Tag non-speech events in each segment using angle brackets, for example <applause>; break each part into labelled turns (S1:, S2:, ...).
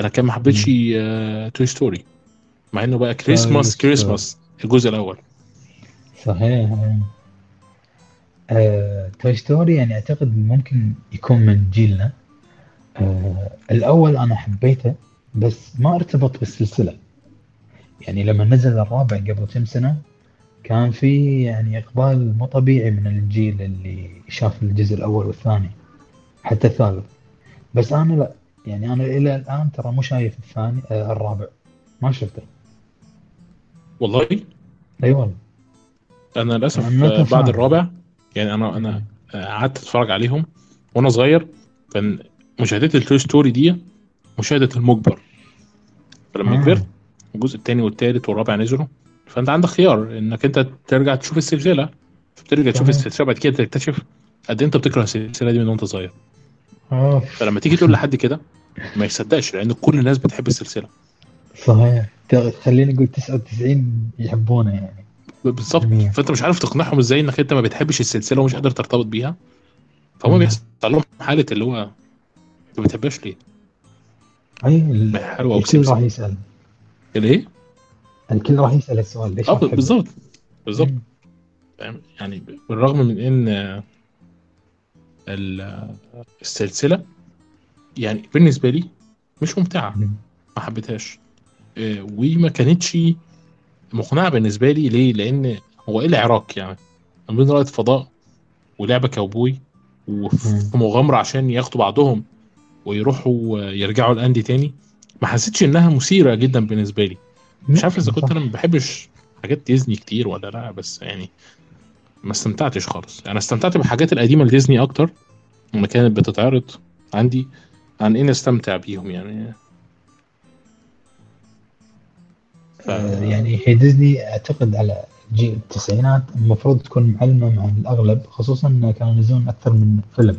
S1: انا كان ما حبيتش توي ستوري مع انه بقى كريسماس
S2: Story.
S1: كريسماس الجزء الاول
S2: صحيح آه، توي ستوري يعني اعتقد ممكن يكون من جيلنا آه، الاول انا حبيته بس ما ارتبط بالسلسله يعني لما نزل الرابع قبل كم سنه كان في يعني اقبال مو طبيعي من الجيل اللي شاف الجزء الاول والثاني حتى الثالث بس انا لا يعني انا الى الان ترى مو شايف الثاني آه، الرابع ما شفته أيوة.
S1: والله
S2: اي والله
S1: انا للاسف
S2: I'm not a
S1: آه، بعد
S2: fan.
S1: الرابع يعني انا انا آه، قعدت اتفرج عليهم وانا صغير كان مشاهدتي التوي ستوري دي مشاهده المجبر فلما
S2: آه.
S1: كبرت الجزء الثاني والثالث والرابع نزلوا فانت عندك خيار انك انت ترجع تشوف السلسله فبترجع تشوف
S2: صحيح.
S1: السلسله بعد كده تكتشف قد إيه انت بتكره السلسله دي من وانت صغير
S2: اوف
S1: فلما تيجي تقول لحد كده ما يصدقش لان كل الناس بتحب السلسله
S2: صحيح ت- خليني اقول 99 يحبونه يعني
S1: بالظبط
S2: مية.
S1: فانت مش عارف تقنعهم ازاي انك انت ما بتحبش السلسله ومش قادر ترتبط بيها فهم
S2: مم.
S1: بيحصل لهم حاله اللي هو ما بتحبهاش ليه؟
S2: اي
S1: ما
S2: ال-
S1: هي حلوه
S2: الكل راح
S1: وسمسم
S2: يسال
S1: ليه؟
S2: الكل راح يسال السؤال ليش
S1: اه
S2: ما تحبه؟
S1: إيه؟ بالظبط بالظبط
S2: مم.
S1: فاهم؟ يعني بالرغم من ان آه، ال- آه، السلسله يعني بالنسبه لي مش ممتعه
S2: مم.
S1: ما حبيتهاش آه، وما كانتش مقنعه بالنسبه لي ليه؟ لان هو ايه العراق يعني؟ ما بين رائد فضاء ولعبه كاوبوي وفي مغامره عشان ياخدوا بعضهم ويروحوا آه، يرجعوا الاندي تاني ما حسيتش انها مثيره جدا بالنسبه لي مش عارف اذا كنت
S2: صح.
S1: انا ما بحبش حاجات ديزني كتير ولا لا بس يعني ما استمتعتش خالص انا استمتعت بالحاجات القديمه لديزني اكتر لما كانت بتتعرض عندي عن ان استمتع بيهم يعني ف...
S2: آه، يعني هي ديزني اعتقد على جيل التسعينات المفروض تكون معلمه مع الاغلب خصوصا إن كانوا ينزلون اكثر من فيلم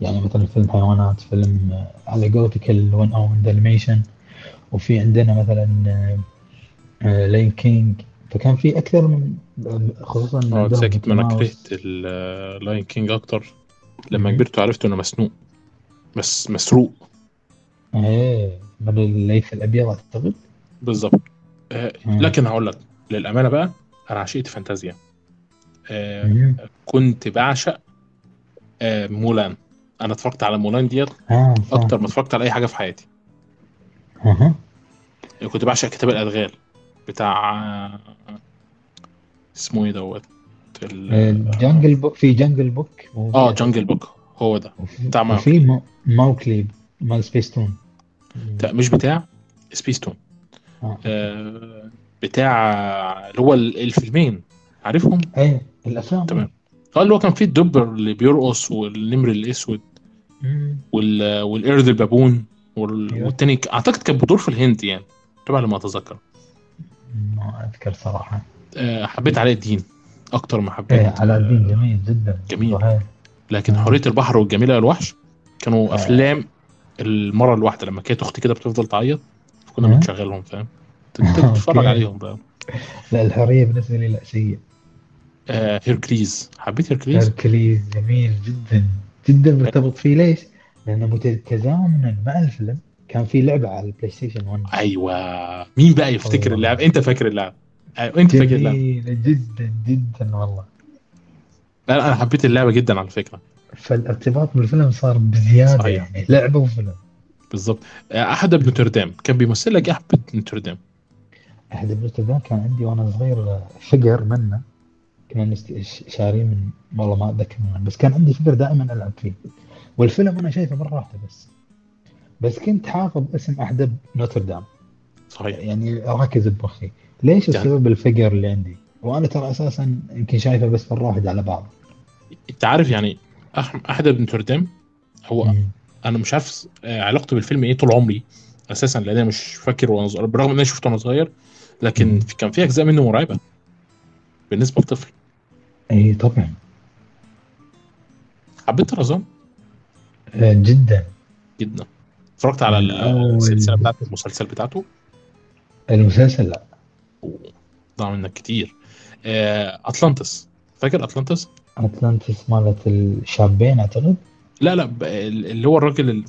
S2: يعني مثلا فيلم حيوانات فيلم آه، على قولتك الون او انيميشن وفي عندنا آه، مثلا لين كينج فكان في اكثر من آه، خصوصا
S1: اه
S2: عندهم
S1: ساكت ما انا
S2: ميكي ماوس.
S1: كرهت اللاين كينج اكتر لما
S2: مم.
S1: كبرت وعرفت انه مسنوق بس مسروق
S2: ايه من الليث الابيض اعتقد
S1: بالظبط آه
S2: مم.
S1: لكن هقول لك للامانه بقى انا عشقت فانتازيا آه
S2: مم.
S1: كنت بعشق آه مولان انا اتفرجت على مولان ديت
S2: اه
S1: اكتر ما اتفرجت على اي حاجه في حياتي
S2: اها
S1: يعني كنت بعشق كتاب الادغال بتاع آه، اسمه ايه دوت ال-
S2: جانجل بوك آه، في جانجل بوك
S1: اه جانجل بوك هو ده بتاع
S2: بتاع
S1: ماوكلي.
S2: وفي ما- ماوكلي مال سبيس تون
S1: بتاع- مش بتاع سبيستون
S2: آه.
S1: آه بتاع اللي هو ال- الفيلمين عارفهم
S2: ايه الافلام
S1: تمام. اه اللي هو كان فيه الدبر اللي بيرقص والنمر الاسود
S2: مم.
S1: وال... والقرد البابون وال...
S2: أيوة.
S1: والتاني ك- اعتقد كان بدور في الهند يعني طبعا لما اتذكر
S2: ما اذكر صراحه
S1: آه حبيت علاء الدين اكتر ما حبيت
S2: ايه على الدين جميل جدا
S1: جميل.
S2: صحيح.
S1: لكن
S2: آه.
S1: حريه البحر والجميله الوحش كانوا
S2: آه.
S1: افلام المره الواحده لما كانت اختي كده بتفضل تعيط كنا
S2: آه.
S1: بنشغلهم فاهم كنت بتتفرج
S2: أوكي.
S1: عليهم بقى
S2: لا الحريه بالنسبه لي لا شيء
S1: آه هيركليز حبيت هيركليز
S2: هيركليز جميل جدا جدا مرتبط فيه ليش؟ لانه مت- تزامنا مع الفيلم كان في لعبه على البلاي ستيشن 1
S1: ايوه مين بقى يفتكر
S2: الله.
S1: اللعب انت فاكر اللعب أيوة، انت فاكر اللعب
S2: جميله جدا جدا والله
S1: لا لا، انا حبيت اللعبه جدا على فكره
S2: فالارتباط بالفيلم صار بزياده
S1: صحيح.
S2: يعني لعبه وفيلم
S1: بالظبط آه، احد ابن نوتردام كان بيمثل لك إيه؟ احد نوتردام
S2: احد الارتباط كان عندي وانا صغير فقر منه كنا نست- ش- شاريه من والله ما اتذكر منه بس كان عندي فقر دائما العب فيه والفيلم انا شايفه مره واحده بس بس كنت حافظ اسم احد نوتردام
S1: صحيح
S2: يعني راكز بمخي ليش
S1: يعني-
S2: السبب الفقر اللي عندي وانا ترى اساسا يمكن شايفه بس مره واحده على بعض
S1: انت عارف يعني أح- احد ابن نوتردام هو
S2: مم.
S1: انا مش عارف آه، علاقته بالفيلم ايه طول عمري اساسا لان انا مش فاكر وانا صغير برغم ان انا شفته وانا صغير لكن
S2: مم.
S1: في- كان في اجزاء منه مرعبه بالنسبه للطفل
S2: اي طبعا
S1: حبيت طرزان
S2: آه، جدا
S1: جدا اتفرجت على ال-
S2: أول-
S1: السلسله بتاعت المسلسل بتاعته
S2: المسلسل لا
S1: ضاع منك كتير آه، اطلانتس فاكر اطلانتس
S2: اتلانتس مالت الشابين اعتقد
S1: لا لا ب- اللي هو الراجل ال-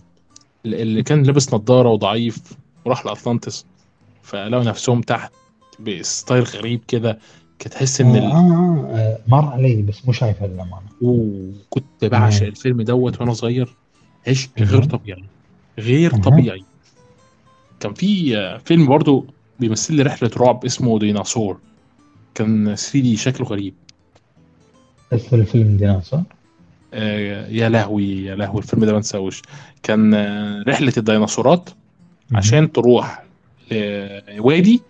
S1: اللي كان لابس نظاره وضعيف وراح لاتلانتس فلقوا نفسهم تحت بستايل غريب كده كنت تحس ان
S2: آه,
S1: ال...
S2: آه, آه مر علي بس مو شايفها للامانه
S1: وكنت بعشق
S2: مم.
S1: الفيلم دوت وانا صغير عشق
S2: مم.
S1: غير طبيعي غير
S2: مم.
S1: طبيعي كان في آه، فيلم برضو بيمثل لي رحله رعب اسمه ديناصور كان 3 دي شكله غريب
S2: بس الفيلم ديناصور
S1: آه، يا لهوي يا لهوي الفيلم ده ما انساهوش كان آه، رحله الديناصورات عشان تروح آه، لوادي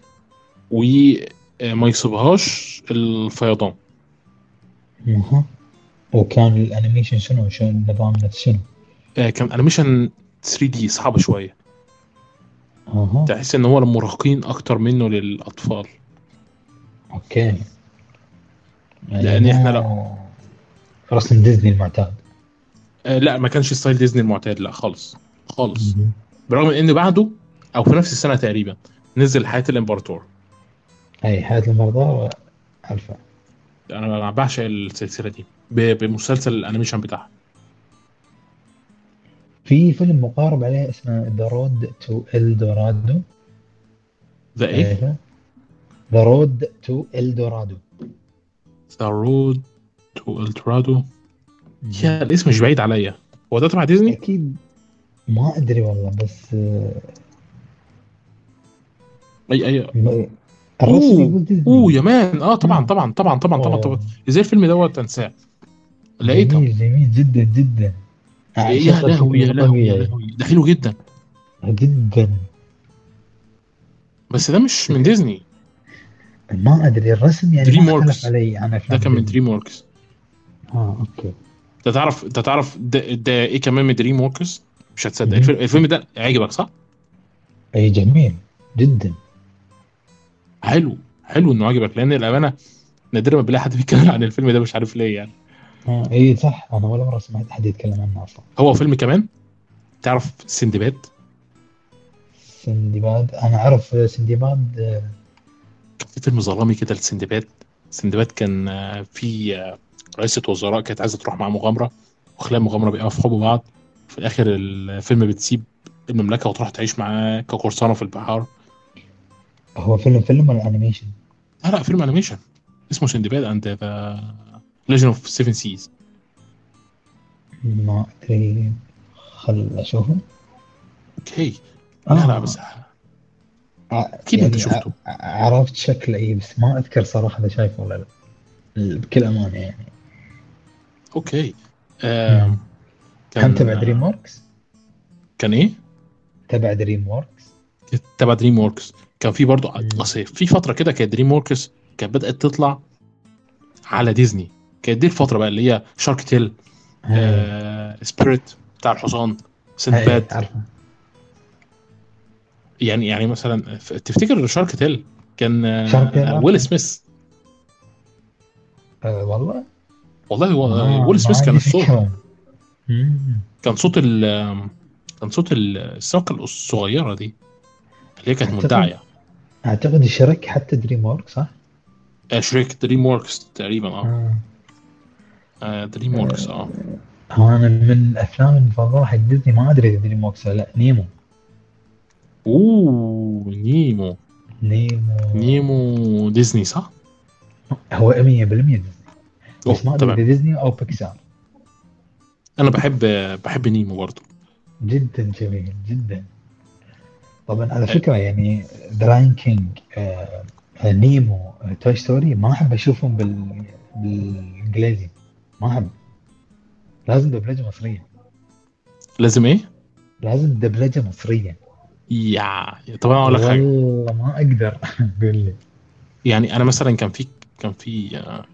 S1: وما آه، يصيبهاش الفيضان
S2: أها. وكان الانيميشن شنو شنو النظام نفس شنو؟
S1: آه، كان انيميشن 3 دي صعب شويه
S2: اها
S1: تحس ان هو للمراهقين اكتر منه للاطفال
S2: اوكي يعني
S1: لأن
S2: مو-
S1: إحنا
S2: يعني رسم ديزني المعتاد
S1: آه، لا ما كانش ستايل ديزني المعتاد لا خالص خالص
S2: مهم.
S1: برغم من ان بعده او في نفس السنه تقريبا نزل حياه الامبراطور
S2: اي حياه المرضى عارفه
S1: انا أنا بعشق السلسله دي ب- بمسلسل الانيميشن بتاعها
S2: في فيلم مقارب عليه اسمه ذا رود تو الدورادو
S1: ذا
S2: إيه.
S1: ايه
S2: ذا رود تو الدورادو
S1: ذا رود تو الترادو يا الاسم مش بعيد عليا هو ده تبع ديزني
S2: اكيد ما ادري والله بس آه، إيه.
S1: اي اي
S2: م-
S1: أوه،
S2: الرسم يقول ديزني
S1: اوه يا مان اه طبعا
S2: مم.
S1: طبعا طبعا طبعا طبعا طبعا
S2: إيه. أوه.
S1: ازاي الفيلم دوت انساه لقيته
S2: جميل جميل جدا جدا آه،
S1: يا
S2: شكله
S1: لهوي يا
S2: شكله
S1: لهوي يا
S2: طبيعي.
S1: لهوي ده حلو جدا
S2: جدا
S1: بس ده مش
S2: إيه.
S1: من ديزني
S2: ما ادري الرسم يعني
S1: دريم
S2: ما
S1: ووركس.
S2: اختلف علي عن
S1: ده
S2: افلام
S1: كان من
S2: ديزني.
S1: دريم وركس
S2: اه اوكي
S1: انت تعرف انت تعرف ده, ده ايه كمان من دريم وركس مش هتصدق
S2: مم.
S1: الفيلم, الفيلم ده عجبك صح؟
S2: اي جميل جدا
S1: حلو حلو انه عجبك لان الامانه نادرا ما بلاقي حد بيتكلم عن الفيلم ده مش عارف ليه يعني
S2: آه اي صح انا ولا مره سمعت احد يتكلم عنه اصلا
S1: هو فيلم كمان تعرف سندباد
S2: سندباد انا اعرف سندباد آه،
S1: كان في فيلم ظلامي كده لسندباد سندباد كان آه، في آه، رئيسة وزراء كانت عايزة تروح مع مغامرة وخلال المغامرة بيقعوا في حب بعض في الآخر الفيلم بتسيب المملكة وتروح تعيش معاه كقرصانة في البحار
S2: هو فيلم فيلم ولا انيميشن؟
S1: لا لا فيلم أنيميشن اسمه سندباد أند ذا ليجن أوف سيفن سيز
S2: ما ادري خل اشوفه
S1: أوكي
S2: آه.
S1: لا لا بس
S2: يعني
S1: أكيد أنت شفته
S2: عرفت شكله اي بس ما اذكر صراحه اذا شايفه ولا لا بكل امانه يعني
S1: أوكي آه
S2: مم. نعم. كان تبع دريم وركس
S1: كان إيه؟
S2: تبع دريم وركس
S1: تبع دريم وركس كان في برضه
S2: مم.
S1: اصل في فتره كده كانت دريم وركس كانت بدات تطلع على ديزني كانت دي الفتره بقى اللي هي شارك تيل
S2: إيه.
S1: آه سبيريت بتاع الحصان سندباد
S2: عارفه
S1: يعني يعني مثلا ف- تفتكر شارك تيل كان آه،
S2: Shark Tale،
S1: آه،
S2: آه.
S1: ويل سميث
S2: آه والله
S1: والله هو
S2: ما-
S1: آه ويل سميث
S2: ما
S1: كان
S2: عندي
S1: الصوت
S2: فكرة. مم.
S1: كان صوت ال آم، كان صوت ال- السمكه الصغيره دي اللي هي كانت
S2: أعتقد-
S1: مدعيه
S2: اعتقد شرك حتى دريم وركس صح؟
S1: آه شريك دريم وركس تقريبا اه,
S2: آه.
S1: آه دريم وركس اه
S2: هو انا آه، من الافلام المفضله حق ديزني ما ادري اذا دريم وركس ولا لا نيمو
S1: اوه نيمو
S2: نيمو
S1: نيمو ديزني صح؟
S2: هو 100% ديزني بس ما
S1: أوه،
S2: ادري
S1: تمام
S2: اذا ديزني او بيكسار
S1: انا بحب بحب نيمو برضه
S2: جدا جميل جدا طبعا على فكره يعني ذا لاين كينج آه، نيمو توي ستوري ما احب اشوفهم بال بالانجليزي ما احب لازم دبلجه مصريه
S1: لازم ايه؟
S2: لازم دبلجه مصريه
S1: يا طب انا اقول لك
S2: يعني؟
S1: حاجه
S2: والله ما اقدر قول لي
S1: يعني انا مثلا كان في كان في آه،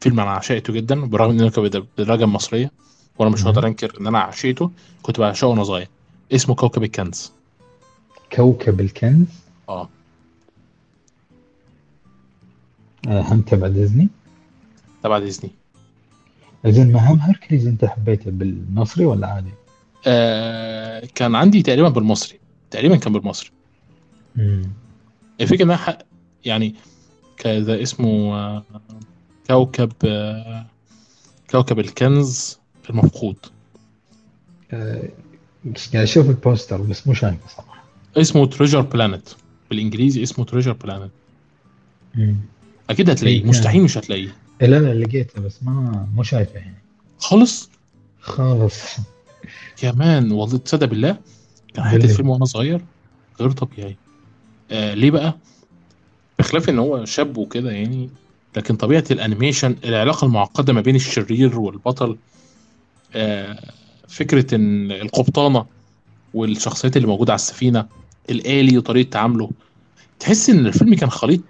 S1: فيلم انا عشقته جدا برغم ان انا كان بد- بدرجه مصريه وانا مش
S2: مم.
S1: هقدر انكر ان انا عشقته كنت بعشقه وانا صغير اسمه كوكب الكنز
S2: كوكب الكنز
S1: اه
S2: آه، هم تبع ديزني
S1: تبع ديزني
S2: زين ما هم هركليز انت حبيته بالمصري ولا عادي؟
S1: آه كان عندي تقريبا بالمصري تقريبا كان بالمصري
S2: امم
S1: الفكره ان انا ح- يعني كذا اسمه آه، كوكب آه، كوكب الكنز المفقود
S2: بس قاعد اشوف يعني البوستر بس مو شايفه صراحه
S1: اسمه تريجر بلانت بالانجليزي اسمه تريجر بلانت اكيد هتلاقيه
S2: أكيد.
S1: مستحيل مش هتلاقيه
S2: لا لا لقيته بس ما مو شايفه يعني
S1: خالص
S2: خالص
S1: كمان والله تصدق بالله كان حته
S2: بالله.
S1: فيلم وانا صغير غير طبيعي آه ليه بقى؟ بخلاف ان هو شاب وكده يعني لكن طبيعه الانيميشن العلاقه المعقده ما بين الشرير والبطل آه فكره ان القبطانه والشخصيات اللي موجوده على السفينه الالي وطريقه تعامله تحس ان الفيلم كان خليط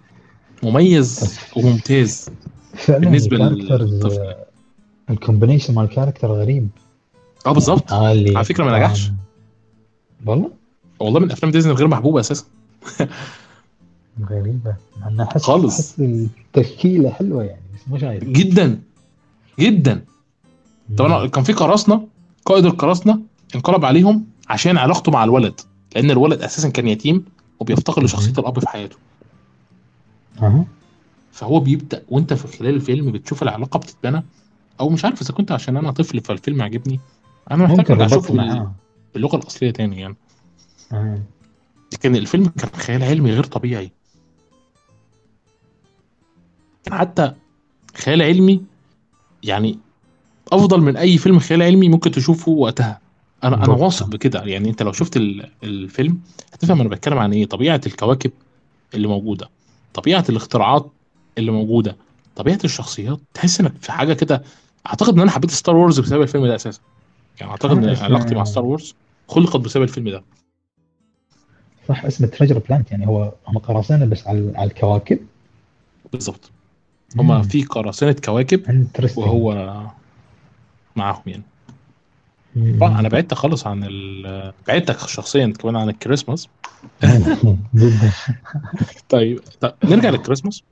S1: مميز وممتاز
S2: فعلا
S1: بالنسبه
S2: للطفل
S1: للطفل
S2: الكومبينيشن مال الكاركتر غريب
S1: اه بالظبط
S2: عالي
S1: على فكرة ما نجحش.
S2: آه. والله
S1: والله من افلام ديزني الغير محبوبه اساسا
S2: غريبة مع انها احس
S1: خالص.
S2: احس التشكيلة حلوة يعني بس مو شايف
S1: جدا جدا طب انا كان في قراصنه قائد القراصنه انقلب عليهم عشان علاقته مع الولد لان الولد اساسا كان يتيم وبيفتقر لشخصيه الاب في حياته
S2: اها
S1: فهو بيبدا وانت في خلال الفيلم بتشوف العلاقه بتتبنى او مش عارف اذا كنت عشان انا طفل فالفيلم عجبني انا محتاج
S2: ممكن
S1: أرجع
S2: ربطت
S1: اشوفه بال-
S2: معاه
S1: باللغه الاصليه تاني يعني
S2: آه.
S1: كان الفيلم كان خيال علمي غير طبيعي كان حتى خيال علمي يعني افضل من اي فيلم خيال علمي ممكن تشوفه وقتها انا انا
S2: بالظبط.
S1: واثق بكده يعني انت لو شفت ال- الفيلم هتفهم انا بتكلم عن ايه طبيعه الكواكب اللي موجوده طبيعه الاختراعات اللي موجوده طبيعه الشخصيات تحس انك في حاجه كده اعتقد ان انا حبيت ستار وورز بسبب الفيلم ده اساسا يعني اعتقد ان
S2: عارف،
S1: علاقتي مع
S2: آه.
S1: ستار وورز خلقت بسبب الفيلم ده
S2: صح اسمه تريجر بلانت يعني هو هم قراصنة بس على على الكواكب
S1: بالظبط هما في قراصنه كواكب
S2: انترستنج
S1: وهو معاهم يعني طبعا
S2: <laughs>
S1: انا بعدت خالص عن ال... بعدتك شخصيا كمان عن الكريسماس
S2: جدا
S1: طيب, طيب نرجع للكريسماس